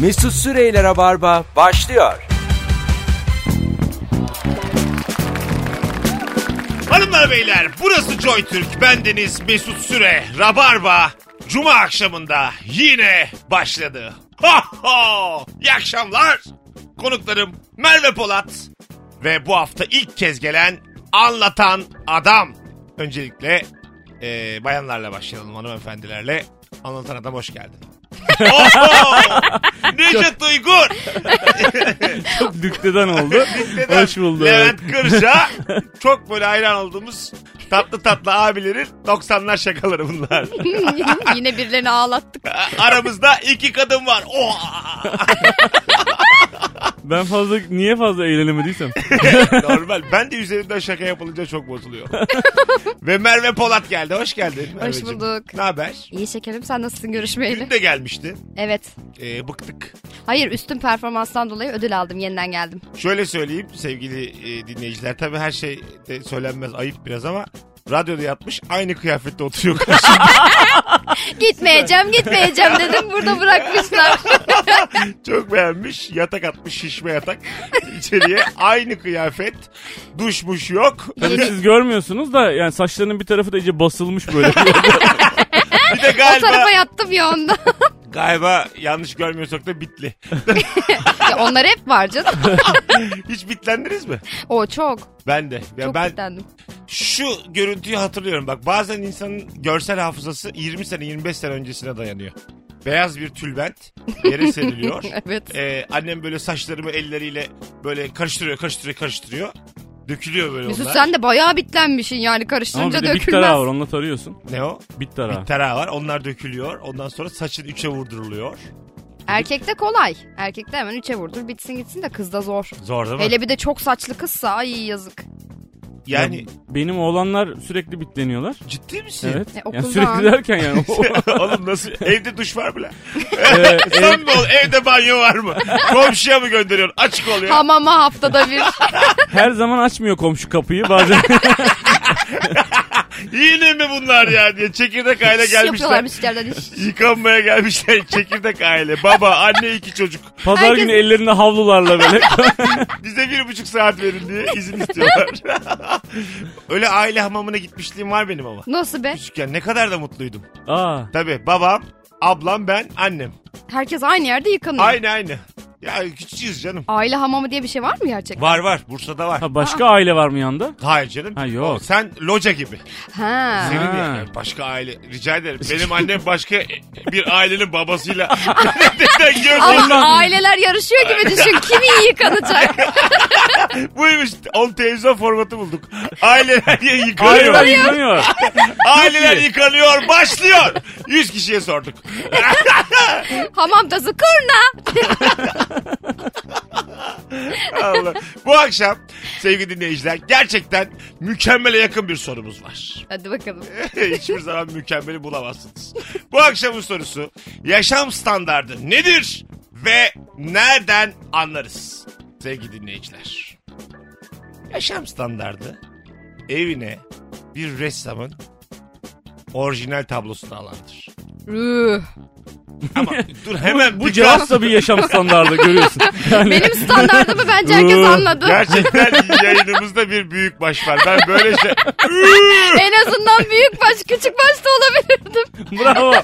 Mesut Süreyler'e barba başlıyor. Hanımlar beyler burası Joy Türk. Bendeniz Mesut Süre. Rabarba. Cuma akşamında yine başladı. Ha ha. İyi akşamlar. Konuklarım Merve Polat ve bu hafta ilk kez gelen anlatan adam. Öncelikle eee, bayanlarla başlayalım hanımefendilerle. Anlatan adam hoş geldin. Oho! Necdet Uygur. Çok dükteden oldu. Neden? Hoş bulduk. Levent Kırca. Çok böyle hayran olduğumuz tatlı tatlı abilerin 90'lar şakaları bunlar. Yine birilerini ağlattık. Aramızda iki kadın var. Oha! Ben fazla niye fazla eğlenemediysem. Normal. Ben de üzerinden şaka yapılınca çok bozuluyorum. Ve Merve Polat geldi. Hoş geldin. Merveciğim. bulduk. Ne haber? İyi şekerim sen nasılsın Dün görüşmeyeli? de gelmişti. Evet. Ee, bıktık. Hayır üstün performanstan dolayı ödül aldım yeniden geldim. Şöyle söyleyeyim sevgili e, dinleyiciler. Tabii her şey de söylenmez ayıp biraz ama radyoda yatmış aynı kıyafette oturuyor karşımda. Gitmeyeceğim gitmeyeceğim dedim burada bırakmışlar. Çok beğenmiş. Yatak atmış şişme yatak. içeriye aynı kıyafet. Duşmuş yok. Tabii siz görmüyorsunuz da yani saçlarının bir tarafı da iyice basılmış böyle. Bir de o galiba tarafa yattım ya onda. galiba yanlış görmüyorsak da bitli. ya onlar hep var canım. Hiç bitlendiniz mi? O çok. Ben de. Ya Çok ben kitlendim. şu görüntüyü hatırlıyorum. Bak bazen insanın görsel hafızası 20 sene 25 sene öncesine dayanıyor. Beyaz bir tülbent yere seriliyor. Evet. Ee, annem böyle saçlarımı elleriyle böyle karıştırıyor karıştırıyor karıştırıyor. Dökülüyor böyle Mesut onlar. sen de bayağı bitlenmişsin yani Ama karıştırınca bir de bit dökülmez. tarağı var onunla tarıyorsun. Ne o? Bit tarağı. Bir tarağı var. Onlar dökülüyor. Ondan sonra saçın üçe vurduruluyor. Erkekte kolay. Erkekte hemen üçe vurdur bitsin gitsin de kızda zor. Zor değil mi? Hele bir de çok saçlı kızsa ay yazık. Yani Yani benim oğlanlar sürekli bitleniyorlar. ciddi misin? Evet. E, yani okuldan. sürekli derken yani. o- Oğlum nasıl? Evde duş var mı lan? e, Sen mi oğlum? Evde banyo var mı? Komşuya mı gönderiyorsun? Açık oluyor. Hamama haftada bir. her zaman açmıyor komşu kapıyı bazen. Yine mi bunlar ya diye çekirdek aile İş gelmişler. yapıyorlarmış içeriden iş. Yıkanmaya gelmişler çekirdek aile. Baba, anne, iki çocuk. Pazar Herkes- günü ellerinde havlularla böyle. Bize bir buçuk saat verin diye izin istiyorlar. Öyle aile hamamına gitmişliğim var benim ama. Nasıl be? Küçükken ne kadar da mutluydum. Aa, Tabii babam, ablam, ben, annem. Herkes aynı yerde yıkanıyor. Aynı aynı. Ya küçücüyüz canım. Aile hamamı diye bir şey var mı gerçekten? Var var. Bursa'da var. ha başka aile var mı yanda? Hayır canım. Ha, yok. Oğlum Sen loca gibi. Ha. Senin Ha. yani başka aile. Rica ederim. Benim annem başka bir ailenin babasıyla. Neden görmüyorsun? Ama aileler yarışıyor gibi düşün. Kim iyi yıkanacak? Buymuş. On televizyon formatı bulduk. Aileler ya yıkanıyor. Aileler yıkanıyor. aileler iyi. yıkanıyor. Başlıyor. 100 kişiye sorduk. Hamam tazı kurna. Allah. Bu akşam sevgili dinleyiciler gerçekten mükemmele yakın bir sorumuz var. Hadi bakalım. Hiçbir zaman mükemmeli bulamazsınız. Bu akşamın sorusu yaşam standardı nedir ve nereden anlarız sevgili dinleyiciler? Yaşam standardı evine bir ressamın orijinal tablosunu alandır. Ruh. Ama dur hemen Bu cevapsa bir yaşam standardı görüyorsun. Yani Benim standartımı bence herkes Ruh. anladı. Gerçekten yayınımızda bir büyük baş var. Ben böyle şey... en azından büyük baş küçük baş da olabilirdim. bravo.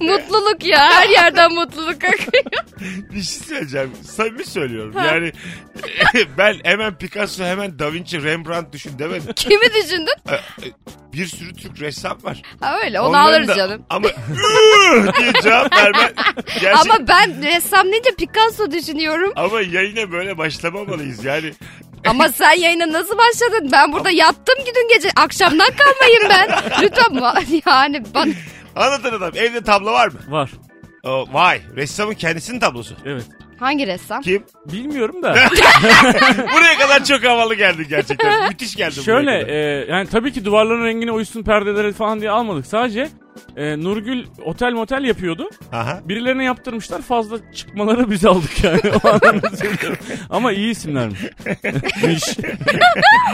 mutluluk ya. Her yerden mutluluk akıyor. Bir şey söyleyeceğim. Samimi söylüyorum. Yani ben hemen Picasso hemen Da Vinci Rembrandt düşün demedim. Kimi düşündün? Ee, e, bir sürü Türk ressam var. Ha öyle onu Onların alırız da- canım. Ama "Üh!" diye cevap vermen gerçek. Ama, Ama ben ressam deyince Picasso düşünüyorum. yayına böyle başlamamalıyız yani. Ama sen yayına nasıl başladın? Ben burada yattım ki dün gece. Akşamdan kalmayayım ben. Lütfen ba- yani bak Anlatan adam evde tablo var mı? Var. Oo, vay ressamın kendisinin tablosu. Evet. hangi ressam? Kim? Bilmiyorum da. Buraya kadar çok havalı geldin gerçekten. Müthiş geldin Şöyle buraya kadar. e, yani tabii ki duvarların rengine uysun perdeleri falan diye almadık. Sadece e, Nurgül otel motel yapıyordu. Aha. Birilerine yaptırmışlar fazla çıkmaları biz aldık yani. O anlamda söylüyorum. Ama iyi isimlermiş. Miş.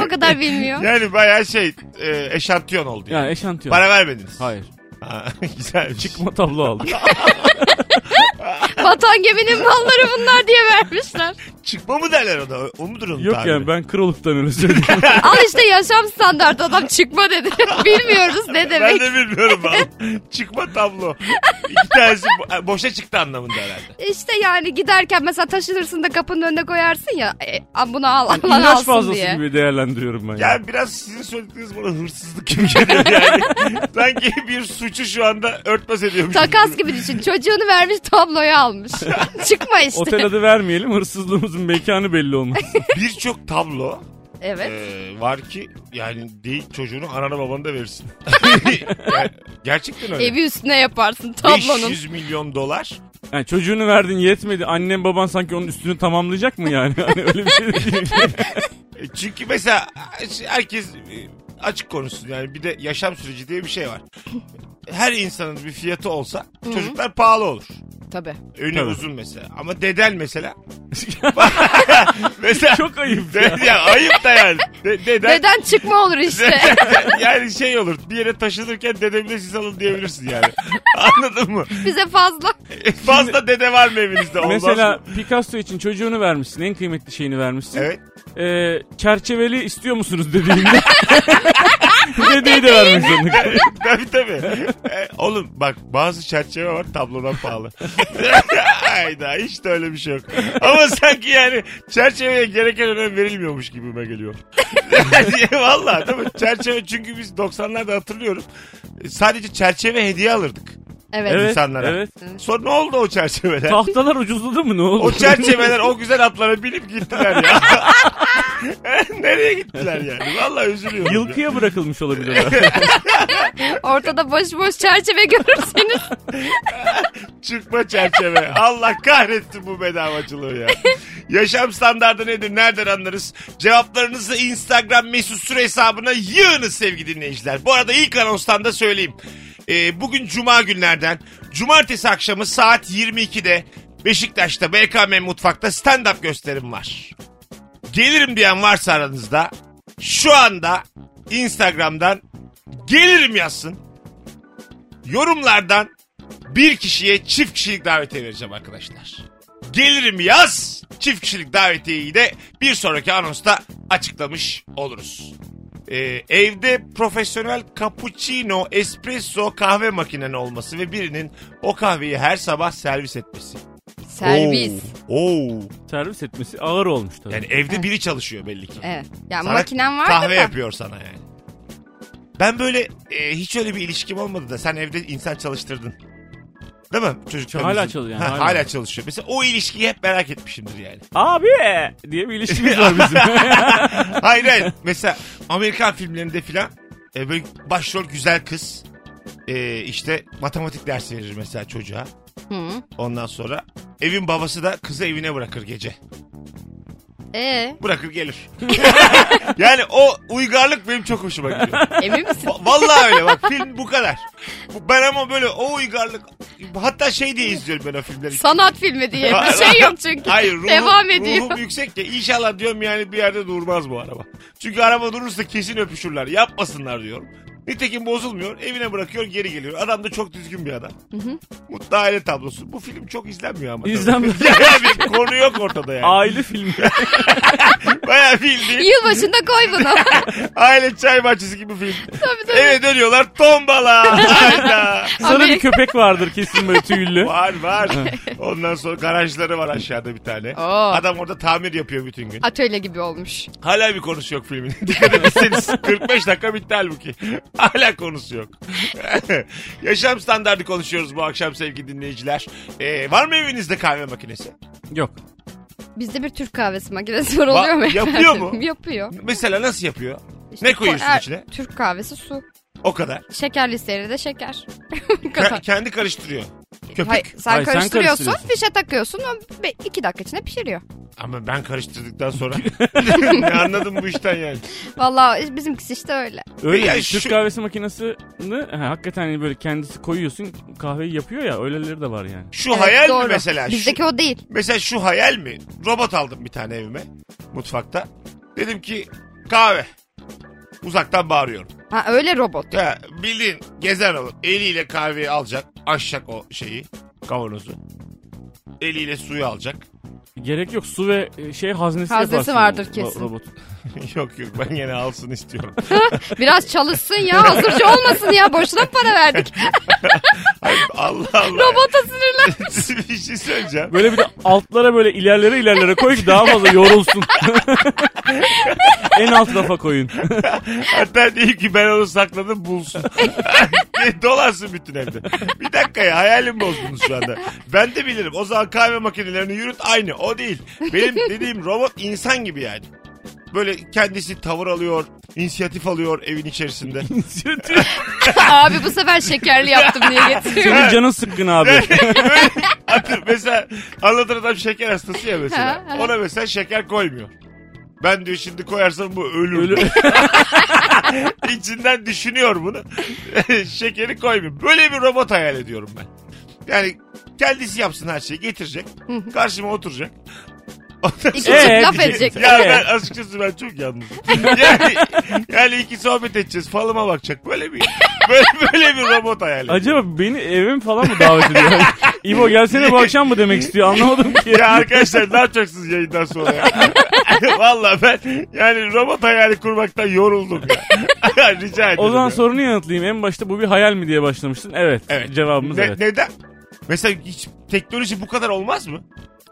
O kadar bilmiyor. Yani bayağı şey e, eşantiyon oldu. Yani. yani eşantiyon. Para vermediniz. Hayır. Ha, güzelmiş. Çıkma tablo aldık. Batan geminin malları bunlar diye vermişler. Çıkma mı derler ona? O mudur onun Yok tabiri? yani ben kroluktan öyle söylüyorum. Al işte yaşam standartı adam çıkma dedi. Bilmiyoruz ne Ben demek. de bilmiyorum abi. Çıkma tablo. İki tanesi bo- e, boşa çıktı anlamında herhalde. İşte yani giderken mesela taşınırsın da kapının önüne koyarsın ya. E, "Am, bunu al Allah İlaç alsın fazlası diye. gibi değerlendiriyorum ben. Ya biraz sizin söylediğiniz bana hırsızlık gibi geliyor yani. Sanki bir suçu şu anda örtbas ediyormuş. Takas gibi düşün. Çocuğunu vermiş tabloyu almış. çıkma işte. Otel adı vermeyelim hırsızlığımızın mekanı belli olmaz. Birçok tablo Evet. e, var ki yani değil çocuğunu anana babanı da verirsin. Yani gerçekten öyle. Evi üstüne yaparsın E, tablonun. 500 milyon dolar. Yani çocuğunu verdin yetmedi. Annen baban sanki onun üstünü tamamlayacak mı yani? Hani öyle bir şey de değil. E, Çünkü mesela herkes e, açık konuşsun yani bir de yaşam süreci diye bir şey var. Her insanın bir fiyatı olsa çocuklar pahalı olur. Tabii. Önü Tabii. uzun mesela. Ama deden mesela. mesela Çok ayıp ya. de- ya ayıp da yani. De- deden, Neden çıkma olur işte. yani şey olur. Bir yere taşınırken dedemle siz alın diyebilirsin yani. Anladın mı? E, Bize fazla. Fazla dede var mı evinizde? Olmaz Mesela mı? Picasso için çocuğunu vermişsin. En kıymetli şeyini vermişsin. Evet. Ee, çerçeveli istiyor musunuz dediğinde. Dedeyi de vermek zorunda. kalıyor. tabii tabii. E, oğlum bak bazı çerçeve var tablodan pahalı. Hayda hiç de öyle bir şey yok. Ama sanki yani çerçeveye gereken önem verilmiyormuş gibime geliyor. Valla değil mi? Çerçeve çünkü biz 90'larda hatırlıyorum. e, Sadece çerçeve hediye alırdık. Evet. Evet, İnsanlara. evet. Sonra ne oldu o çerçeveler? Tahtalar ucuzladı mı ne oldu? O çerçeveler o güzel atlara binip gittiler ya. E, Nereye gittiler yani? Vallahi üzülüyorum. ya. Yılkıya bırakılmış olabilirler. Ortada boş boş çerçeve görürseniz. Çıkma çerçeve. Allah kahretsin bu bedavacılığı ya. Yaşam standardı nedir? Nereden anlarız? Cevaplarınızı Instagram mesut süre hesabına yığınız sevgili dinleyiciler. Bu arada ilk anonstan da söyleyeyim. Ee, bugün cuma günlerden. Cumartesi akşamı saat 22'de Beşiktaş'ta BKM Mutfak'ta stand-up gösterim var. Gelirim diyen varsa aranızda şu anda Instagram'dan gelirim yazsın. Yorumlardan bir kişiye çift kişilik davetiye vereceğim arkadaşlar. Gelirim yaz. Çift kişilik davetiyeyi de bir sonraki anonsta açıklamış oluruz. Ee, evde profesyonel cappuccino, espresso kahve makinen olması ve birinin o kahveyi her sabah servis etmesi. Servis. Oo. Oo. Servis etmesi ağır olmuş tabii. Yani evde biri çalışıyor belli ki. Evet. Yani Sana E, makinen vardı Kahve da. yapıyor sana yani. Ben böyle e, hiç öyle bir ilişkim olmadı da sen evde insan çalıştırdın. Değil mi? Çocuk Hala çalışıyor yani, Ha, hala. hala. çalışıyor. Mesela o ilişkiyi hep merak etmişimdir yani. Abi diye bir ilişkimiz var bizim. hayır hayır. Mesela Amerikan filmlerinde filan e, böyle başrol güzel kız e, işte matematik dersi verir mesela çocuğa. Hı. Ondan sonra evin babası da kızı evine bırakır gece. Ee, Bırakır gelir. yani o uygarlık benim çok hoşuma gidiyor. emin misin? Va- Vallahi öyle bak film bu kadar. Bu- Ben ama böyle o uygarlık hatta şey diye izliyorum ben o filmleri. Sanat filmi diye bir şey yok çünkü. Hayır ruhum, Devam ediyor. ruhum yüksek ya inşallah diyorum yani bir yerde durmaz bu araba. Çünkü araba durursa kesin öpüşürler yapmasınlar diyorum. Nitekim bozulmuyor evine bırakıyor geri geliyor. Adam da çok düzgün bir adam. Mutlu aile tablosu. Bu film çok izlenmiyor ama. tabii. İzlenmiyor. Yani bir konu yok ortada yani. Aile filmi. Bayağı bildiğin Yılbaşında koy bunu. aile çay bahçesi gibi film. tabii tabii. Eve dönüyorlar tombala. Hayda. Sarı Amerika- bir köpek vardır kesin böyle tüylü. Var var. Ondan sonra garajları var aşağıda bir tane. Oo. Adam orada tamir yapıyor bütün gün. Atölye gibi olmuş. Hala bir konusu yok filmin. Dikkat ederseniz 45 dakika bitti halbuki. Hala konusu yok. Yaşam standardı konuşuyoruz bu akşam sevgili dinleyiciler. Ee, var mı evinizde kahve makinesi? Yok. Bizde bir Türk kahvesi makinesi var oluyor mu? yapıyor mu? yapıyor. Mesela nasıl yapıyor? İşte Ne koyuyorsun ko- er- içine? Türk kahvesi su. O kadar. Şekerli seri de şeker. Bu Ke- kadar. kendi karıştırıyor. Köpük. Hayır, sen, Hayır, sen karıştırıyorsun, karıştırıyorsun. fişe takıyorsun, o be- iki dakika içinde pişiriyor. Ama ben karıştırdıktan sonra ne anladım bu işten yani. Vallahi bizimkisi işte öyle. Öyle Ya yani şu- Türk kahvesi makinesini ha, hakikaten hani böyle kendisi koyuyorsun kahveyi yapıyor ya öyleleri de var yani. Şu Evet, hayal mi doğru. mesela? Şu- Bizdeki o değil. Mesela şu hayal mi? Robot aldım bir tane evime mutfakta. Dedim ki kahve. Uzaktan bağırıyorum. Ha öyle robot. Ya bildiğin gezer o. Eliyle kahveyi alacak. Aşacak o şeyi. Kavanozu. eliyle suyu alacak. Gerek yok su ve e, şey haznesi, Haznesi yaparsın vardır ro- kesin. Robot. yok yok ben gene alsın istiyorum. Biraz çalışsın ya hazırcı olmasın ya boşuna mı para verdik? Allah Allah. Robota sinirlen. bir şey söyleyeceğim. Böyle bir de altlara böyle ilerlere ilerlere koy ki daha fazla yorulsun. en alt rafa koyun. Hatta değil ki ben onu sakladım bulsun. Dolarsın bütün evde. Bir dakika ya hayalim bozdunuz şu anda. Ben de bilirim. O zaman kahve makinelerini yürüt aynı. O değil. Benim dediğim robot insan gibi yani. Böyle kendisi tavır alıyor, inisiyatif alıyor evin içerisinde. Abi bu sefer şekerli yaptım diye getiriyorum. Senin canın sıkkın abi. Böyle atıyor. mesela anlatan adam şeker hastası ya mesela. Ha, ha. Ona mesela şeker koymuyor. Ben diyor şimdi koyarsam bu ölür. Ölü- İçinden düşünüyor bunu. Şekeri koymuyor. Böyle bir robot hayal ediyorum ben. Yani kendisi yapsın her şeyi getirecek. Karşıma oturacak. Ondan İki sonra- çift Evet. laf edecek. Ya Evet. ben açıkçası ben çok yalnızım. Yani, yani iki sohbet edeceğiz. Falıma bakacak. Böyle bir böyle, böyle bir robot hayal ediyorum. Acaba beni evim falan mı davet ediyor? İbo gelsene bu akşam mı demek istiyor anlamadım ki. Ya arkadaşlar ne yapacaksınız yayından sonra ya? Valla ben yani robot hayali kurmaktan yoruldum ya. Rica ederim. O zaman ya. sorunu yanıtlayayım. En başta bu bir hayal mi diye başlamıştın. Evet. Evet. Cevabımız Ne- evet. Neden? Mesela hiç teknoloji bu kadar olmaz mı?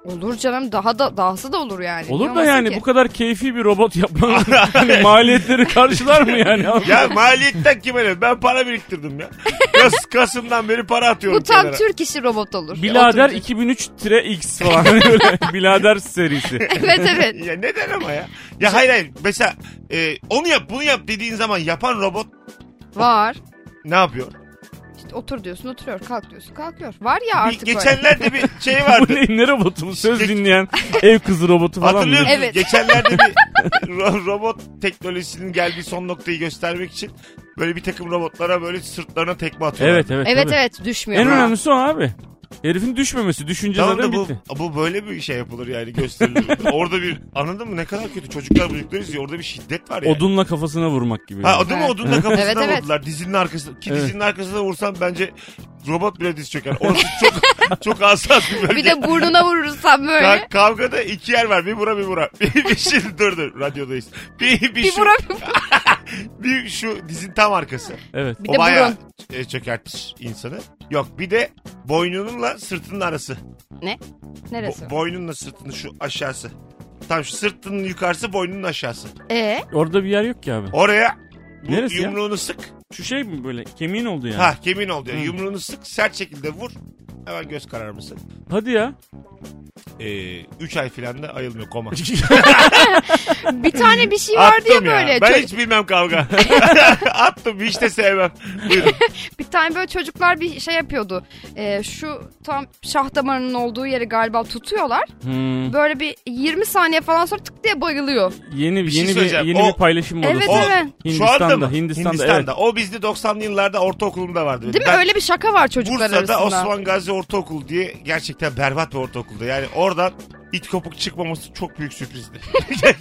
Olur canım daha da dahası da olur yani. Niye Olur da olmasın yani ki? bu kadar keyfi bir robot yapmanın hani maliyetleri karşılar mı yani? Ya maliyetten kime ne? Ben para biriktirdim ya. Kas, Kasım'dan beri para atıyorum Bu tam kenara. Türk işi robot olur. Bilader Oturacak. 2003-X falan Hani böyle Bilader serisi. evet evet. Ya neden ama ya? Ya hayır hayır. Mesela e, onu yap bunu yap dediğin zaman yapan robot Var. ne yapıyor? İşte otur diyorsun oturuyor kalk diyorsun kalkıyor. Var ya Bir- artık öyle. geçenlerde bir şey bu vardı. ne, ne robotu bu? Söz dinleyen ev kızı robotu falan mı? Hatırlıyor musun? Evet. Geçenlerde bir ro- robot teknolojisinin geldiği son noktayı göstermek için böyle bir takım robotlara böyle sırtlarına tekme atıyorlar. Evet evet. Evet tabii. evet düşmüyor. En Ha. önemlisi o abi. Herifin düşmemesi. Düşünce Tamam zaten da bu, bitti. bu böyle bir şey yapılır yani gösterilir. orada bir anladın mı ne kadar kötü çocuklar çocuklar izliyor orada bir şiddet var yani. Odunla kafasına vurmak gibi. Ha, o değil mi? Evet. Odun da kafasına Evet, evet. vurdular. Dizinin arkasına. Ki Evet. dizinin arkasına vursam bence robot bile diz çöker. Orası çok çok hassas bir bölge. Bir de burnuna vurursan Ka- böyle. kavgada iki yer var. Bir bura bir bura. Bir, bir şimdi dur dur radyodayız. Bir, bir, şey- Bir şu, vura bir vur. bir şu dizin tam arkası. Evet. Bir o de bayağı burun. e, çökertir insanı. Yok bir de boynununla sırtının arası. Ne? Neresi? Bo- boynunla sırtının şu aşağısı. Tam şu sırtının yukarısı boynunun aşağısı. Ee? Orada bir yer yok ki abi. Oraya bu Neresi ya? yumruğunu sık. Şu şey mi böyle kemiğin oldu yani. Ha kemin oldu. Yani. Hı. Yumruğunu sık sert şekilde vur. Hemen göz kararması. Hadi ya. Ee, 3 ay filan da ayılmıyor koma. Bir tane bir şey vardı ya Attım böyle. Ben Çö- hiç bilmem kavga. Attım hiç de sevmem. Buyurun. Bir tane böyle çocuklar bir şey yapıyordu. Ee, şu tam şah damarının olduğu yeri galiba tutuyorlar. Hmm. Böyle bir 20 saniye falan sonra tık diye bayılıyor. Yeni bir şey yeni bir söyleyeceğim. yeni O- bir paylaşım modası. Evet, O- evet. Hindistan'da, Şu anda mı? Hindistan'da, O bizde 90'lı yıllarda ortaokulumda vardı. Değil mi? Ben- Öyle bir şaka var çocuklar Bursa'da arasında. Osman Gazi Ortaokulu diye gerçekten berbat bir ortaokuldu. Yani oradan it kopuk çıkmaması çok büyük sürprizdi.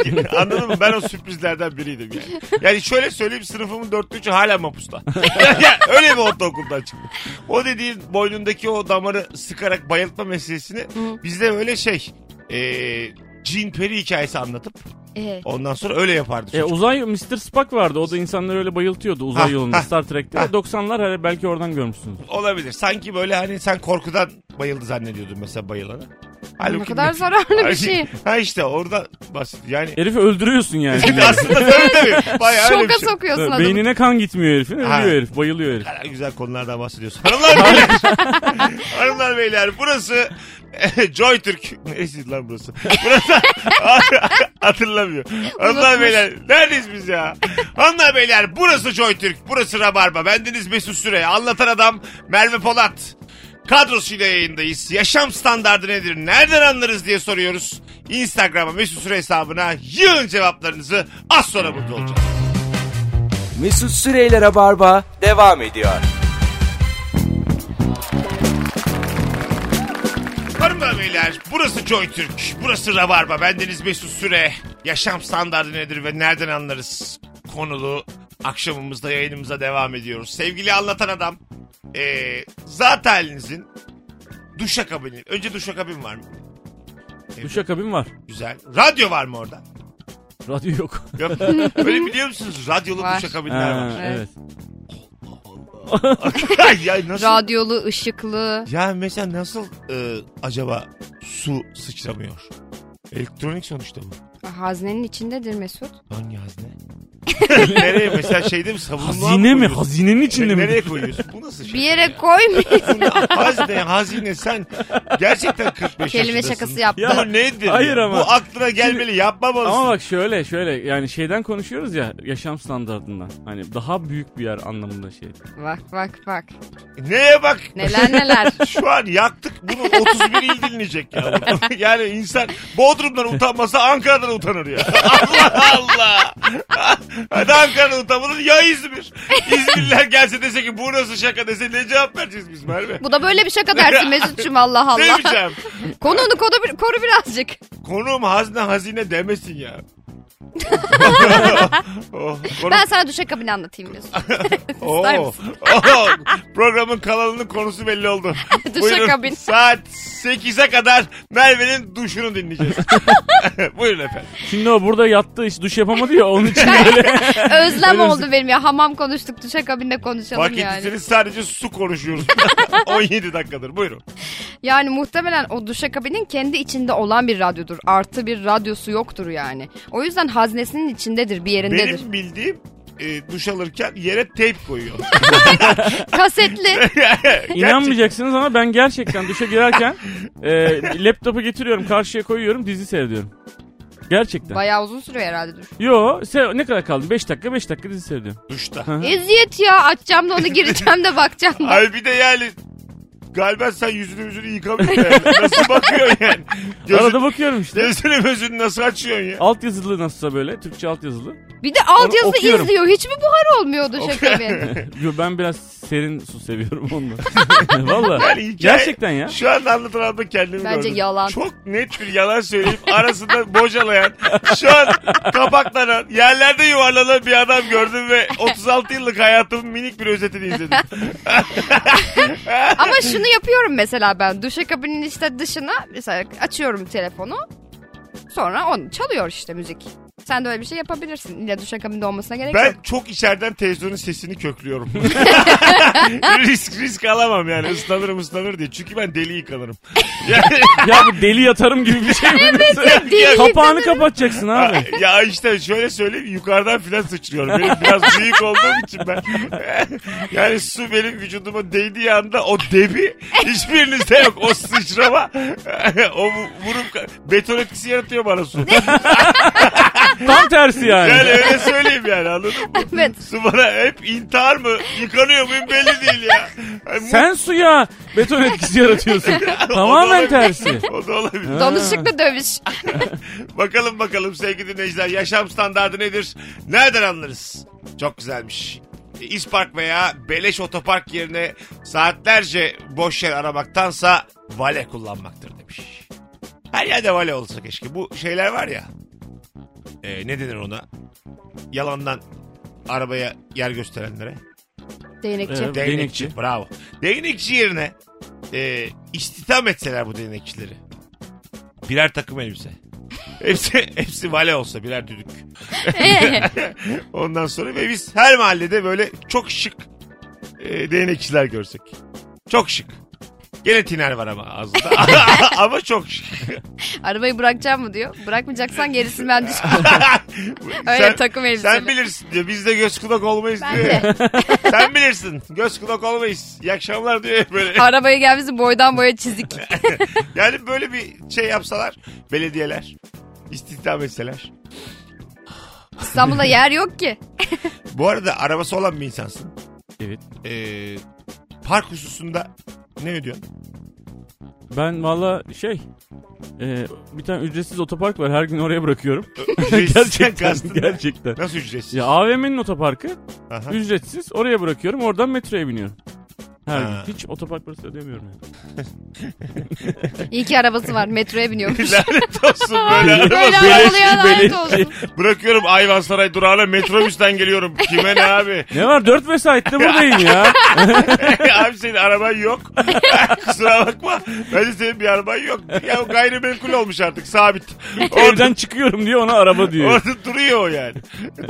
Yani Anladın mı? Ben o sürprizlerden biriydim yani. Yani şöyle söyleyeyim sınıfımın dörtte üçü hala mapusta. Yani Öyle bir ortaokuldan çıktım. O dediğin boynundaki o damarı sıkarak bayıltma meselesini bizde öyle şey... eee Jean Peri hikayesi anlatıp Ee, ondan sonra öyle yapardı. E, çocuk. uzay Mr. Spock vardı. O da insanları öyle bayıltıyordu uzay Ha, yolunda ha, Star Trek'te. 90'lar hani belki oradan görmüşsünüz. Olabilir. Sanki böyle hani sen korkudan bayıldı zannediyordun mesela bayılanı. ne kadar zararlı bir şey. Ha işte orada basit yani. Herifi öldürüyorsun yani. Aslında tabii tabii. Bayağı öyle bir Şoka şey. sokuyorsun adamı. Beynine kan gitmiyor herifin. Ölüyor Ha. herif. Bayılıyor herif. Kadar güzel konulardan bahsediyorsun. Hanımlar beyler. Hanımlar beyler burası Joy Türk. Neresiydi lan burası? Burası hatırlamıyor. Hanımlar Unutmuş. beyler neredeyiz biz ya? Hanımlar beyler burası Joy Türk. Burası Rabarba. Bendeniz Mesut Süre. Anlatan adam Merve Polat. Kadrosuyla yayındayız. Yaşam standardı nedir? Nereden anlarız diye soruyoruz. Instagram'a Mesut Süre hesabına yığın cevaplarınızı az sonra burada olacağız. Mesut Süreyler'e barba devam ediyor. Hanımlar beyler burası Joy Türk, burası Rabarba. Bendeniz Mesut Süre. Yaşam standardı nedir ve nereden anlarız? Konulu akşamımızda yayınımıza devam ediyoruz. Sevgili anlatan adam, eee, zat e, halinizin Duşakabini. Önce duşakabin var mı? Duşakabin var. Güzel. Radyo var mı orada? Radyo yok. Yok. Öyle biliyor musunuz? Radyolu Var. duşakabinler Ha, var. evet. ya nasıl? Radyolu, ışıklı. Ya mesela nasıl e, acaba su sıçramıyor? Elektronik sonuçta bu. Haznenin içindedir Mesut. Hangi hazne? Nereye mesela şeyde mi savunma Şey, Hazine mi? Hazinenin içinde mi? Nereye koyuyorsun? Bu nasıl şaka? Bir yere koymayın. hazne, hazine sen gerçekten 45 Kelime yaşındasın. şakası yaptım. Ya- Bu nedir? Hayır ya? ama- Bu aklına gelmeli yapmamalısın. Ama bak şöyle şöyle yani şeyden konuşuyoruz ya yaşam standartından. Hani daha büyük bir yer anlamında şey. Bak bak bak. Neye bak? Neler neler. Şu an yaktık. Bunu 31 il dinleyecek ya. Yani insan Bodrum'dan utanmasa Ankara'dan utanır ya. Allah Allah. Hadi Ankara'dan utanmadın ya İzmir. İzmirliler gelse dese ki bu nasıl şaka dese ne cevap vereceğiz biz Merve? Bu da böyle bir şaka dersin Mesut'cum Allah Ne Allah. diyeceğim? Konuğunu koru, koru birazcık. Konuğum hazine hazine demesin ya. oh, konu- Ben sana duşakabini anlatayım Mesut. Oo. ister misin? Oo. Programın kalanının konusu belli oldu. Duşa Buyurun. kabin. Saat 8'e kadar Merve'nin duşunu dinleyeceğiz. Buyurun efendim. Şimdi o burada yattı hiç duş yapamadı ya onun için Özlem oldu benim ya. Hamam konuştuk duşakabinde konuşalım şey. Fark yani. ettiyseniz sadece su konuşuyoruz. 17 dakikadır. Buyurun. Yani muhtemelen o duşakabinin kendi içinde olan bir radyodur. Artı bir radyosu yoktur yani. O yüzden haznesinin içindedir bir yerindedir. Benim bildiğim e, duş alırken yere teyp koyuyor. Kasetli. İnanmayacaksınız ama ben gerçekten duşa girerken e, laptopu getiriyorum karşıya koyuyorum dizi seyrediyorum. Gerçekten. Bayağı uzun sürüyor herhalde dur. Yo se- ne kadar kaldı? 5 dakika 5 dakika dizi seyrediyorum. Duşta. Eziyet ya açacağım da onu gireceğim de bakacağım da. Abi bir de yani galiba sen yüzünü yüzünü yıkamıyorsun. Yani. Nasıl bakıyorsun yani? Gözün, Arada bakıyorum işte. gözünü gözünü nasıl açıyorsun ya? Alt yazılı nasılsa böyle Türkçe alt yazılı. Bir de alt yazı okuyorum. izliyor. Hiç mi buhar olmuyor duşakabin? Yo, ben biraz serin su seviyorum onunla. Valla. Yani hikaye- Gerçekten ya. Şu anda anlatan anda kendimi Bence gördüm. yalan. Çok net bir yalan söyleyip arasında bocalayan, şu an kapaklanan, yerlerde yuvarlanan bir adam gördüm ve 36 yıllık hayatımın minik bir özetini izledim. Ama şunu yapıyorum mesela ben. Duşakabinin işte dışına mesela açıyorum telefonu. Sonra onu çalıyor işte müzik. Sen de öyle bir şey yapabilirsin. İlla duşakabinde olmasına gerek yok. Ben çok içeriden televizyonun sesini köklüyorum. risk risk alamam yani ıslanırım ıslanır diye. Çünkü ben deli yıkanırım. Yani, Ya bu deli yatarım gibi bir şey mi? Değil. Kapağını kapatacaksın abi. ya işte şöyle söyleyeyim yukarıdan filan sıçrıyorum. Benim biraz büyük olduğum için ben. yani su benim vücuduma değdiği anda o debi hiçbirinizde yok. O sıçrama o vu- vurup beton etkisi yaratıyor bana su. Tam tersi Yani yani. öyle söyleyeyim yani anladın mı? Evet. Su bana hep intihar mı yıkanıyor muyum belli değil ya. Ay, mu- Sen suya beton etkisi yaratıyorsun. Tamamen O da olabilir. tersi. O da olabilir. Donuşlukla dövüş. Bakalım bakalım sevgili dinleyiciler yaşam standardı nedir? Nereden anlarız? Çok güzelmiş. E, İspark veya beleş otopark yerine saatlerce boş yer aramaktansa vale kullanmaktır demiş. Her yerde vale olsa keşke. Bu şeyler var ya. E, ne denir ona? Yalandan arabaya yer gösterenlere. Değnekçi. Evet. Değnekçi. Değnekçi. Bravo. Değnekçi yerine e, istihdam etseler bu değnekçileri. Birer takım elbise. Hepsi, hepsi vale olsa birer düdük. Ondan sonra ve biz her mahallede böyle çok şık e, değnekçiler görsek. Çok şık. Gene tiner var ama ağzında. ama çok şık. Arabayı bırakacağım mı diyor. Bırakmayacaksan gerisini ben düşünüyorum. Öyle takım elbiseli. Sen bilirsin diyor. Biz de göz kulak olmayız Ben diyor. de. sen bilirsin. Göz kulak olmayız. İyi akşamlar diyor böyle. Arabaya gelmesi boydan boya çizik. Yani böyle bir şey yapsalar belediyeler istihdam etseler. İstanbul'da yer yok ki. Bu arada arabası olan bir insansın. Evet. Ee, park hususunda ne ödüyorsun? Ben valla şey e, bir tane ücretsiz otopark var her gün oraya bırakıyorum. Ücretsizden kastın gerçekten ne? gerçekten. Nasıl ücretsiz? Ya AVM'nin otoparkı Aha. ücretsiz oraya bırakıyorum oradan metroya biniyorum. Her Ha. gün. Hiç otopark parası ödemiyorum yani. İyi ki arabası var. Metroya biniyormuş. Lanet olsun böyle araba. Böyle arabalıya lanet olsun. Bırakıyorum Ayvansaray durağına metrobüsten geliyorum. Kime ne abi? Ne var? Dört vesayette buradayım ya. abi senin araban yok. Kusura bakma. Bence senin bir araban yok. Ya gayrimenkul olmuş artık sabit. Orada, Evden çıkıyorum diyor ona araba diyor. orada duruyor o yani.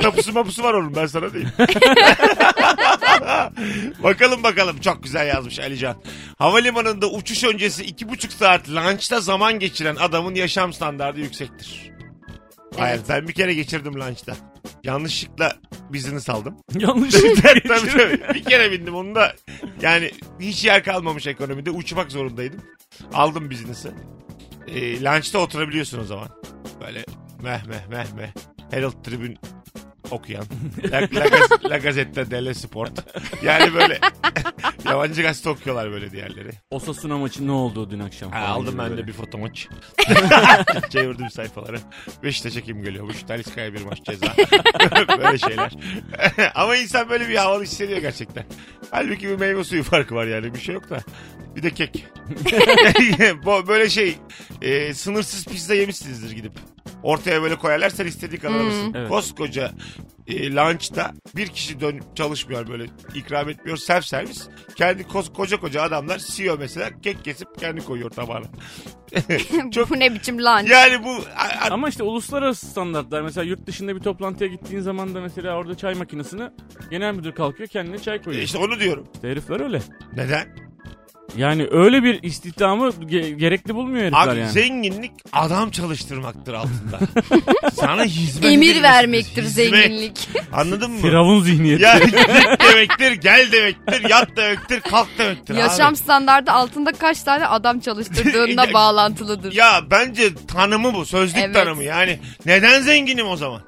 Tapusu mapusu var onun ben sana diyeyim. bakalım bakalım çok güzel yazmış Alican. Havalimanında uçuş öncesi iki buçuk saat lunchta zaman geçiren adamın yaşam standardı yüksektir. Hayır ben bir kere geçirdim lunchta. Yanlışlıkla bizini saldım. Yanlışlıkla tabii geçiyorum. tabii. Bir şey- kere bindim onu da yani hiç yer kalmamış ekonomide uçmak zorundaydım. Aldım biznesi. E, lunch'ta oturabiliyorsun o zaman. Böyle meh meh meh meh. Herald Tribune okuyan. La, la, Gaz- La Gazzetta dello Sport. Yani böyle yabancı gazete okuyorlar böyle diğerleri. Osasuna maçı ne oldu dün akşam? Ha, falan aldım gibi ben böyle. de bir fotomaç. Çevirdim sayfaları. Beşiktaş'a kim geliyormuş? Taliska'ya bir maç ceza. böyle şeyler. Ama insan böyle bir havalı hissediyor gerçekten. Halbuki bir meyve suyu farkı var yani. Bir şey yok da. Bir de kek. Bu- böyle şey e, sınırsız pizza yemişsinizdir gidip. Ortaya böyle koyarlar sen istediğin kadar Hmm. alırsın. Evet. Koskoca e, lunchta bir kişi dön çalışmıyor böyle ikram etmiyor self servis. Kendi kos- koca koca adamlar CEO mesela kek kesip kendi koyuyor tabağına. Çok- Bu ne biçim lunch? Yani bu a- a- Ama işte uluslararası standartlar mesela yurt dışında bir toplantıya gittiğin zaman da mesela orada çay makinesini genel müdür kalkıyor kendine çay koyuyor. İşte, işte onu diyorum. herifler öyle. Neden? Yani öyle bir istihdamı ge- gerekli bulmuyor herifler Abi yani. zenginlik adam çalıştırmaktır altında. Sana hizmet edilmesidir. Emir vermektir Hizmet. zenginlik. Anladın mı? Firavun zihniyeti. Yani git demektir, gel demektir, yat demektir, kalk demektir. abi. Yaşam standardı altında kaç tane adam çalıştırdığına bağlantılıdır. Ya bence tanımı bu. Sözlük Evet. tanımı. Yani neden zenginim o zaman?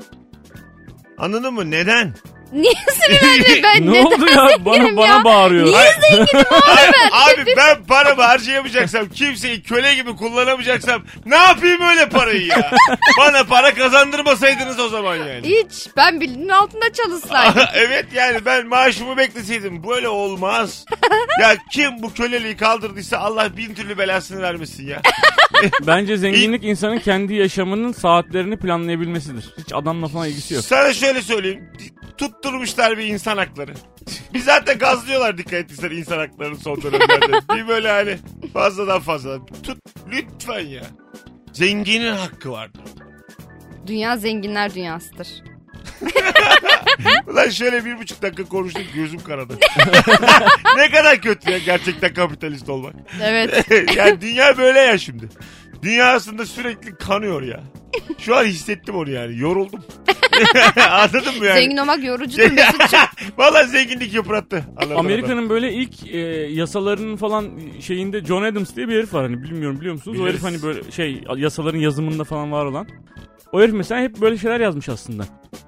Anladın mı? Neden? Niye sinirlendin ben ne neden oldu ya? Bana, zenginim bana ya? bağırıyor. Niye zenginim Hayır, abi ben paramı harcayamayacaksam, kimseyi köle gibi kullanamayacaksam ne yapayım öyle parayı ya? Bana para kazandırmasaydınız o zaman yani. hiç? Ben bildiğin altında çalışsaydım. evet yani ben maaşımı bekleseydim böyle olmaz. Ya kim bu köleliği kaldırdıysa Allah bin türlü belasını vermesin ya. Bence zenginlik insanın kendi yaşamının saatlerini planlayabilmesidir. Hiç adamla falan ilgisi yok. Sana şöyle söyleyeyim. Tutturmuşlar bir insan hakları. Biz zaten gazlıyorlar dikkat ettiysen insan haklarının son dönemlerde. bir böyle hani fazladan fazla. Tut lütfen ya. Zenginin hakkı vardır. Ah. Dünya zenginler dünyasıdır. Ulan şöyle bir buçuk dakika konuştuk gözüm karadı. ne kadar kötü ya gerçekten kapitalist olmak. Evet. yani dünya böyle ya şimdi. Dünya aslında sürekli kanıyor ya. Şu an hissettim onu yani. Yoruldum. Anladın mı yani? Zengin olmak yorucudur Mesut'cum. Valla zenginlik yıprattı. Anladın mı? Amerika'nın böyle ilk e, yasalarının falan şeyinde John Adams diye bir herif var hani bilmiyorum biliyor musunuz? O Biliriz. herif hani böyle şey yasaların yazımında falan var olan. O herif mesela hep böyle şeyler yazmış aslında.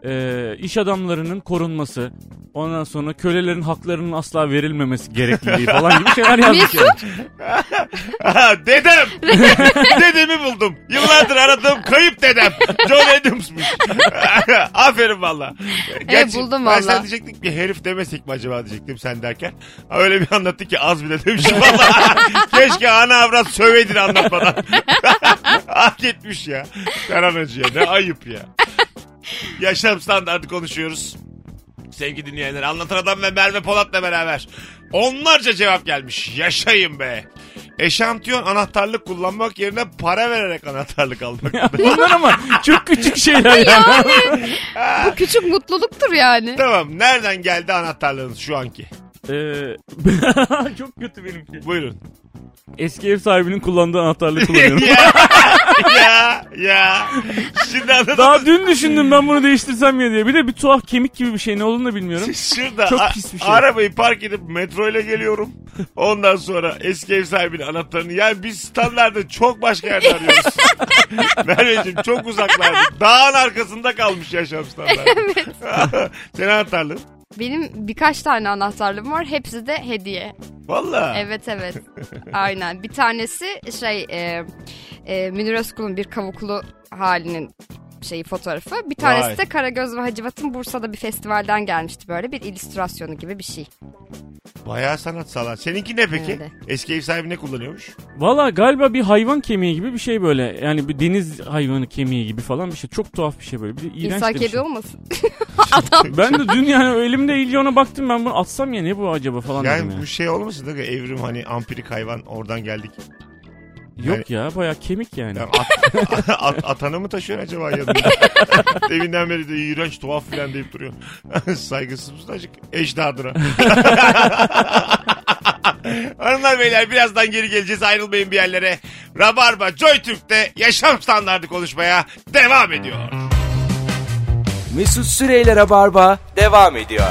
E, iş adamlarının korunması, ondan sonra kölelerin haklarının asla verilmemesi gerekliliği falan gibi şeyler yazmış. yani. Aha, dedem. Dedemi buldum. Yıllardır aradığım kayıp dedem. John Adams'mış. Aferin valla. Gerçi buldum Ben sen valla. diyecektim ki herif demesek mi acaba diyecektim sen derken. Ha, Öyle bir anlattı ki az bile demişim valla. Keşke ana avrat söveydin anlatmadan. Hak etmiş ya. Serhan Hacı'ya ne ayıp ya. Yaşam standartı konuşuyoruz. Sevgili dinleyenler anlatan adam ve Merve Polat'la beraber onlarca cevap gelmiş. Yaşayın be. Eşantiyon anahtarlık kullanmak yerine para vererek anahtarlık almak. Bunlar ama çok küçük şeyler yani. Bu küçük mutluluktur yani. tamam nereden geldi anahtarlığınız şu anki? E, çok kötü benimki. Buyurun. Eski ev sahibinin kullandığı anahtarlığı kullanıyorum. ya, ya, ya. Şimdi anladın mı? Daha dün düşündüm ben bunu değiştirsem ya diye. Bir de bir tuhaf kemik gibi bir şey ne olduğunu da bilmiyorum. Şurada Çok a- pis bir şey. arabayı park edip metro ile geliyorum. Ondan sonra eski ev sahibinin anahtarını. Yani biz standlarda çok başka yerde arıyoruz. Merveciğim çok uzaklarda. Dağın arkasında kalmış yaşam standartı. Sen anahtarlığın. Benim birkaç tane anahtarlığım var. Hepsi de hediye. Valla. Evet evet. Aynen. Bir tanesi şey e, e, Münir Özkul'un bir kavuklu halinin şeyi fotoğrafı. Bir tanesi Vay. de Karagöz ve Hacivat'ın Bursa'da bir festivalden gelmişti böyle. Bir illüstrasyonu gibi bir şey. Bayağı sanatsal ha. Seninki ne peki? Öyle. Eski ev sahibi ne kullanıyormuş? Valla galiba bir hayvan kemiği gibi bir şey böyle. Yani bir deniz hayvanı kemiği gibi falan bir şey. Çok tuhaf bir şey böyle. Bir de iğrenç İnsan de bir kedi şey. olmasın. Ben de dün yani elimde iyice ona baktım ben bunu atsam ya ne bu acaba falan dedim Yani yani. bu şey olmasın da evrim hani ampirik hayvan oradan geldik. Yok ya bayağı kemik yani. Yani at, at- atanı mı taşıyorsun acaba yanında? Deminden beri de iğrenç tuhaf filan deyip duruyor. Saygısız mısın azıcık? Ejderhadır ha. Hanımlar beyler birazdan geri geleceğiz ayrılmayın bir yerlere. Rabarba Joy Türk'te yaşam standardı konuşmaya devam ediyor. Mesut Süreyler'e barba devam ediyor.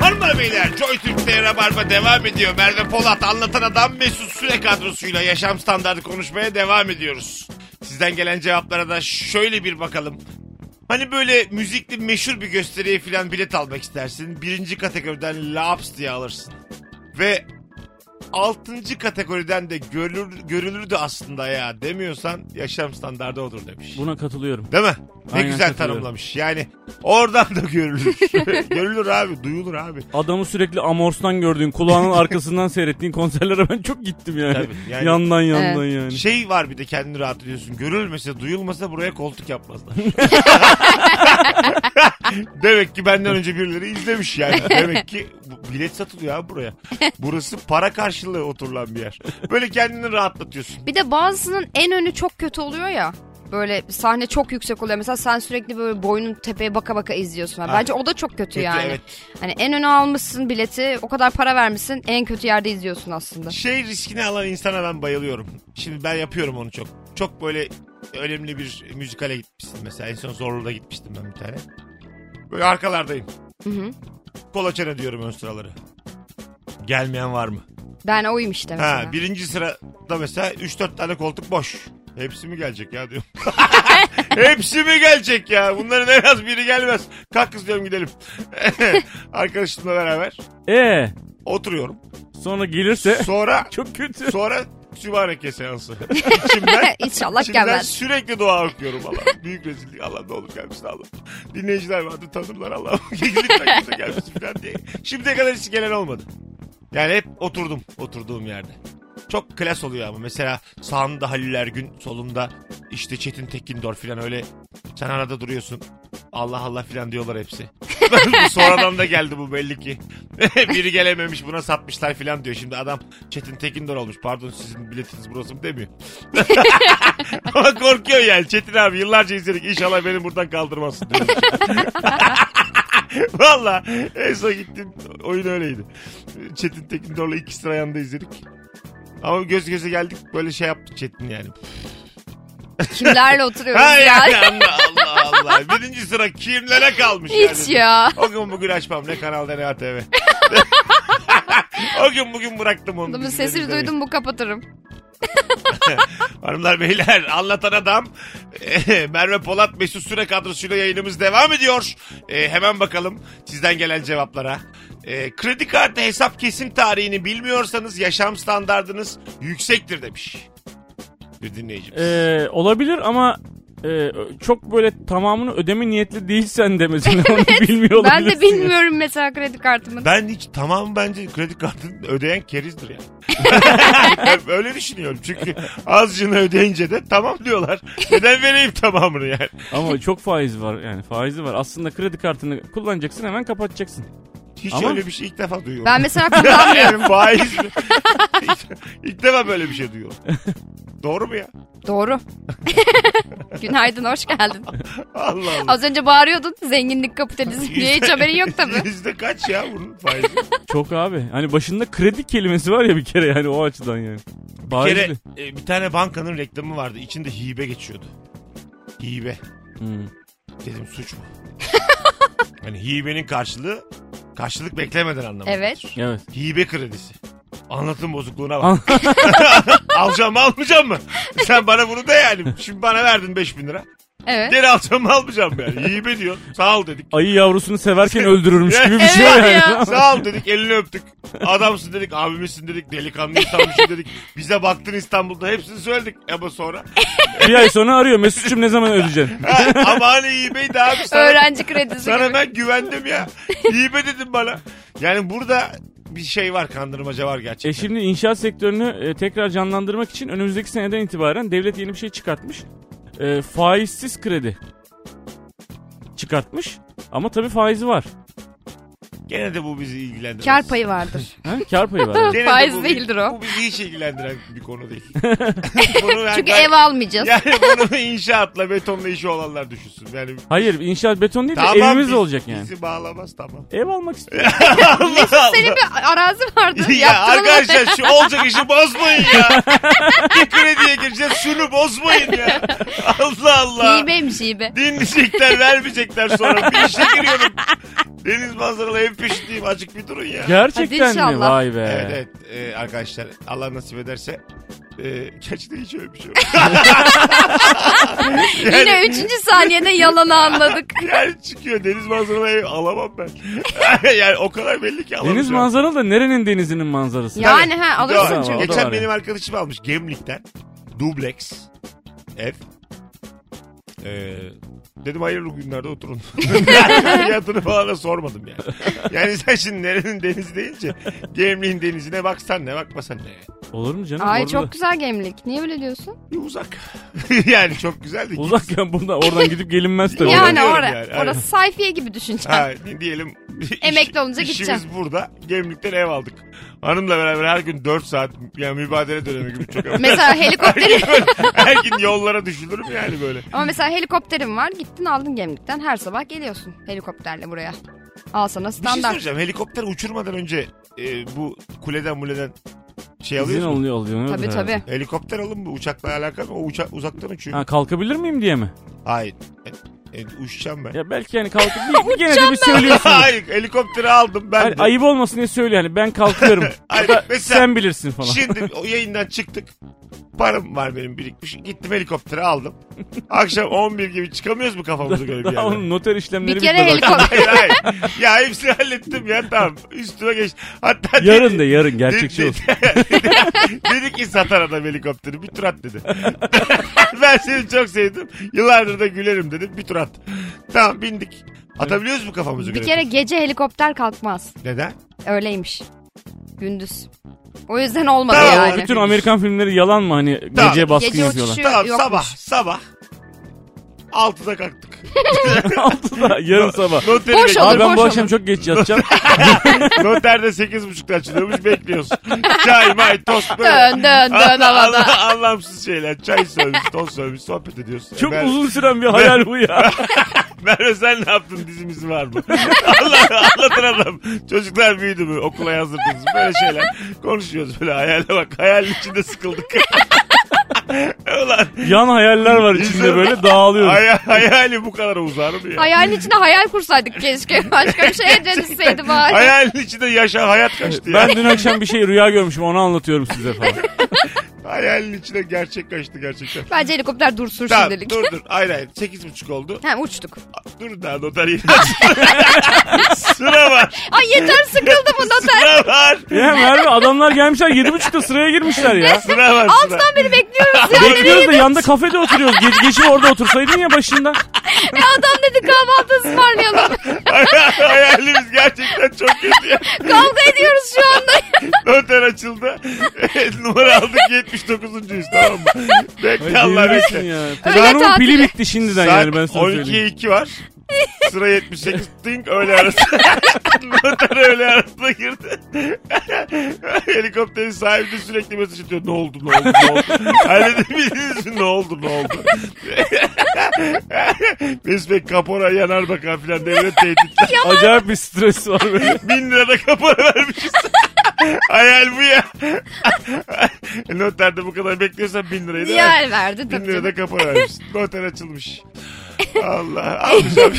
Hanımlar beyler Joy Türk'te Rabarba devam ediyor. Merve Polat anlatan adam Mesut Süre kadrosuyla yaşam standartı konuşmaya devam ediyoruz. Sizden gelen cevaplara da şöyle bir bakalım. Hani böyle müzikli meşhur bir gösteriye filan bilet almak istersin. Birinci kategoriden laps diye alırsın. Ve altıncı kategoriden de görülür, görülürdü aslında ya demiyorsan yaşam standardı odur demiş. Buna katılıyorum. Değil mi? Ne Aynen güzel katılıyorum. tanımlamış. Yani oradan da görülür. görülür abi, duyulur abi. Adamı sürekli Amors'tan gördüğün, kulağının arkasından seyrettiğin konserlere ben çok gittim yani. Tabii, yani- Yandan yandan yani. Şey var bir de kendini rahat ediyorsun. Görülmese duyulmasa buraya koltuk yapmazlar. Demek ki benden önce birileri izlemiş yani. Demek ki bu- bilet satılıyor abi buraya. Burası para karşılığı oturulan bir yer. Böyle kendini rahatlatıyorsun. Bir de bazısının en önü çok kötü oluyor ya. Böyle sahne çok yüksek oluyor. Mesela sen sürekli böyle boynun tepeye baka baka izliyorsun. Ha. Bence o da çok kötü, Kötü, yani. evet. Hani en öne almışsın bileti, o kadar para vermişsin, en kötü yerde izliyorsun aslında. Şey riskini alan insana ben bayılıyorum. Şimdi ben yapıyorum onu çok. Çok böyle önemli bir müzikale gitmiştim mesela. En son Zorlu'da gitmiştim ben bir tane. Böyle arkalardayım. Hı hı. Kolaçan diyorum ön sıraları. Gelmeyen var mı? Ben oyum işte mesela. Ha, birinci sırada mesela 3-4 tane koltuk boş. Hepsi mi gelecek ya diyorum. Hepsi mi gelecek ya? Bunların en az biri gelmez. Kalk kız diyorum gidelim. Arkadaşımla beraber Ee, oturuyorum. sonra gelirse Sonra çok kötü. sonra sübareke seansı. İçimden, İnşallah içimden gelmez. sürekli dua okuyorum Allah. Büyük rezillik Allah ne olur gelmesin Allah. Dinleyiciler vardı tanırlar Allah. Lütfen kimse gelmesin falan diye. Şimdiye kadar hiç gelen olmadı. Yani hep oturdum oturduğum yerde. Çok klas oluyor ama mesela sağımda Halil Ergün, solumda işte Çetin Tekindor falan öyle sen arada duruyorsun. Allah Allah filan diyorlar hepsi. Bu Sonradan da geldi bu belli ki. Biri gelememiş buna satmışlar filan diyor. Şimdi adam Çetin Tekindor olmuş. Pardon sizin biletiniz burası mı demiyor. Ama korkuyor yani. Çetin abi yıllarca izledik. İnşallah beni buradan kaldırmazsın diyor. Valla en son gittim oyun öyleydi. Çetin Tekindor'la iki sıra yanda izledik. Ama göz göze geldik böyle şey yaptık Çetin yani. Kimlerle oturuyoruz Ha ya? yani Allah Allah Allah. Birinci sıra kimlere kalmış Hiç yani. ya. O gün bugün açmam ne kanalda ne ATV. o gün bugün bıraktım onu. Adamın dizileri sesini izlemeyi. duydum bu kapatırım. Hanımlar beyler anlatan adam eh, Merve Polat Mesut Süre kadrosuyla yayınımız devam ediyor. Eh, hemen bakalım sizden gelen cevaplara. Eh, kredi kartı hesap kesim tarihini bilmiyorsanız yaşam standardınız yüksektir demiş. Bir dinleyicimiz. Ee, olabilir ama e, çok böyle tamamını ödeme niyetli değilsen de mesela onu bilmiyor Ben de olabilirsin. bilmiyorum mesela kredi kartımın. Ben hiç tamam bence kredi kartını ödeyen kerizdir yani. Öyle düşünüyorum çünkü azcını ödeyince de tamam diyorlar. Neden vereyim tamamını yani? Ama çok faiz var yani faizi var. Aslında kredi kartını kullanacaksın hemen kapatacaksın. Hiç Ama- öyle bir şey ilk defa duyuyorum. Ben mesela kullanmıyorum. Faiz mi? ilk, ilk defa böyle bir şey duyuyorum. Doğru mu ya? Doğru. Günaydın, hoş geldin. Allah Allah. Az önce bağırıyordun zenginlik kapitalizm diye hiç haberin yok tabii. Yüzde kaç ya bunun faizi? Çok abi. Hani başında kredi kelimesi var ya bir kere yani o açıdan yani. bir Faizli. kere e, bir tane bankanın reklamı vardı. İçinde hibe geçiyordu. Hibe. Hmm. Dedim suç mu? yani hibenin karşılığı karşılık beklemeden anlamı. Evet. Evet. Hibe kredisi. Anlatım bozukluğuna bak. Alacağım mı almayacağım mı? Sen bana bunu de yani. Şimdi bana verdin 5000 lira. Evet. Geri alacağım mı almayacağım yani. Hibe diyor. Sağ ol dedik. Ayı yavrusunu severken öldürürmüş gibi bir şey Evet yani. ya. Sağ ol dedik elini öptük. Adamsın dedik abimizsin dedik delikanlı insanmışsın dedik. Bize baktın İstanbul'da hepsini söyledik ama sonra. bir ay sonra arıyor Mesut'cum ne zaman ödeyeceksin? Ha, ama hani hibeyi de abi sana, Öğrenci kredisi sana gibi. ben güvendim ya. Hibe dedim bana. Yani burada bir şey var kandırmaca var gerçekten. E şimdi inşaat sektörünü e, tekrar canlandırmak için önümüzdeki seneden itibaren devlet yeni bir şey çıkartmış. E, faizsiz kredi çıkartmış. Ama tabii faizi var. Eh. Gene de bu bizi ilgilendirmez. Kar payı vardır. Ha? Kar payı var. Gene de Faiz bu- değildir o. Bu bizi hiç ilgilendiren bir konu değil. Bunu Çünkü ben- ev almayacağız. Yani bunu inşaatla betonla işi olanlar düşünsün. Yani Hayır inşaat beton değil de tamam evimiz biz- olacak yani. Bizi bağlamaz tamam. Ev almak istiyorum. Allah Senin bir arazi vardı. ya Yaptın mı? arkadaşlar şu olacak işi bozmayın ya. bir krediye gireceğiz şunu bozmayın ya. Allah Allah. Hibeymiş hibe. Dinleyecekler vermeyecekler sonra. Bir işe giriyorum. Deniz manzaralı ev peşindeyim. Azıcık bir durun ya. Gerçekten mi? inşallah. Vay be. Evet evet Ee, arkadaşlar Allah nasip ederse e, gerçekten hiç öyle bir şey yok. Yine üçüncü saniyede yalanı anladık. yani çıkıyor deniz manzaralı ev alamam ben. yani o kadar belli ki alamam. Deniz manzaralı da nerenin denizinin manzarası? Yani ha alırsın Doğru. çünkü. O da Geçen var benim yani. arkadaşım almış Gemlik'ten. Dublex. Ev. Ee, dedim hayırlı günlerde oturun. Fiyatını falan da sormadım yani. Yani sen şimdi nerenin denizi deyince Gemlik'in denizine baksan ne bakmasan ne. Olur mu canım? Ay Orada da- çok güzel gemlik. Niye öyle diyorsun? Bir uzak. yani çok güzel değil. Uzakken bundan oradan gidip gelinmez tabii. yani diyorum orada. yani, aynen. Orası sayfiye gibi düşüneceğim. Ha, ne diyelim. iş- Emekli olunca İşimiz gideceğim. burada. Gemlik'ten ev aldık. Hanımla beraber her gün 4 saat yani mübadele dönemi gibi çok Mesela helikopterim her gün yollara düşülürüm yani böyle. ama mesela helikopterim var. Gittin aldın gemlikten. Her sabah geliyorsun helikopterle buraya. Al sana Bir şey standart. soracağım. Helikopter uçurmadan önce e, bu kuleden muleden şey İzin alıyor mu? oluyor oluyor. tabii herhalde. tabii. Helikopter alın mı? Uçakla alakalı mı? O uçak uzaktan uçuyor. Ha, kalkabilir miyim diye mi? Hayır. E, e, uçacağım ben. Ya belki yani kalkıp bir, bir gene de bir söylüyorsun. Hayır. Helikopteri aldım ben. Hayır, de. ayıp olmasın diye söyle yani ben kalkıyorum. Hayır, Ya da mesela- şey sen bilirsin falan. Şimdi o yayından çıktık. Param var benim birikmiş. Gittim helikopteri aldım. Akşam 11 gibi çıkamıyoruz mu kafamıza göre bir Daha yerden? onun noter işlemleri Bir kere bitmedi. helikopter. hayır hayır. Ya hepsini hallettim ya tamam. Üstüme geç. Hatta Yarın da yarın gerçekçi olsun. dedi ki satar adam helikopteri bir tur at dedi. ben seni çok sevdim. Yıllardır da gülerim dedim bir tur at. Tamam bindik. Atabiliyoruz mu kafamızı Bir göre? kere gece helikopter kalkmaz. Neden? Öyleymiş. Gündüz. O yüzden olmadı Tamam, yani. Bütün Amerikan filmleri yalan mı hani Tamam. gece baskın Gece yapıyorlar. uçuşu Tamam şey yokmuş. sabah sabah. Altıda kalktık. Altıda yarın sabah. Noteri Boş bekliyoruz. olur, Abi ben bu boş akşam olur. çok geç yatacağım. Noterde sekiz buçukta açılıyormuş bekliyoruz. Çay may tost böyle. Dön dön dön Allah- havada. anlamsız şeyler. Çay söylemiş, tost söylemiş, sohbet ediyoruz. çok Ben- uzun süren bir hayal bu ya. Merve sen ne yaptın dizimiz var mı? Allah anlatın adam. Çocuklar büyüdü mü? Okula yazdırdınız mı? Böyle şeyler. Konuşuyoruz böyle hayale bak. Hayalin içinde sıkıldık. Ulan Yan hayaller var içinde böyle dağılıyoruz. hay- hayali bu kadar uzar mı ya? Hayalin içine hayal kursaydık keşke. Başka bir şeye dönüşseydi bari. Hayalin içinde yaşa hayat kaçtı ya. Ben dün akşam bir şey rüya görmüşüm onu anlatıyorum size falan. Hayalin içinde gerçek kaçtı gerçekten. Bence helikopter dursun Tamam şimdilik. dur dur. Hayır hayır. Sekiz buçuk oldu. Hem uçtuk. Dur daha noter yine. Sıra var. Ay yeter sıkıldı bu noter. Sıra var. Ya Merve adamlar gelmişler 7.30'da sıraya girmişler ya. Sıra var sıra. Alttan beri bekliyoruz ya. Bekliyoruz da yanda kafede oturuyoruz. Geç, geçip orada otursaydın ya başında. Ya adam dedi kahvaltı ısmarlayalım. Hayalimiz gerçekten çok kötü ya. Kavga ediyoruz şu anda. Noter açıldı. Numara aldık 79.yüz tamam mı? Bekle Allah Delirmişsin bekle. ya. Telefonumun tatil. pili bitti şimdiden Saat yani ben sana söyleyeyim. 12'ye 2 var. Sıra 78 ding öyle arası. Noter öyle arasına girdi. Helikopterin sahibi de sürekli mesaj atıyor. Ne oldu ne oldu ne oldu. Hani de bildiniz mi? ne oldu ne oldu. Mesut Bey kapora yanar bakan filan devlet tehditler. Acayip bir stres var böyle. Bin lira da kapora vermişiz. Hayal bu ya. Noterde bu kadar bekliyorsan bin lirayı da ver. Yer verdi Bin tabii. lira canım. da kapora vermişiz. Noter açılmış. Allah almayacağım.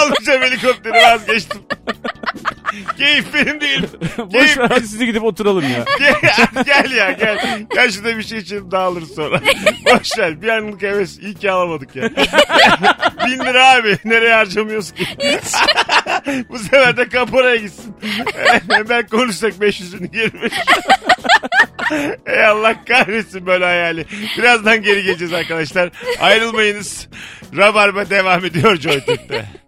almayacağım helikopteri vazgeçtim. Keyif benim değil. Boş ver hadi siz de gidip oturalım ya. Gel, gel ya gel. Gel şurada bir şey için dağılır sonra. Boş ver. Bir anlık heves. İyi ki alamadık ya. Bin lira abi. Nereye harcamıyoruz ki? Bu sefer de kaporaya gitsin. Hemen konuşsak 500'ünü girmiş. Ey Allah kahretsin böyle hayali. Birazdan geri geleceğiz arkadaşlar. Ayrılmayınız. Rabarba devam ediyor Joytürk'te.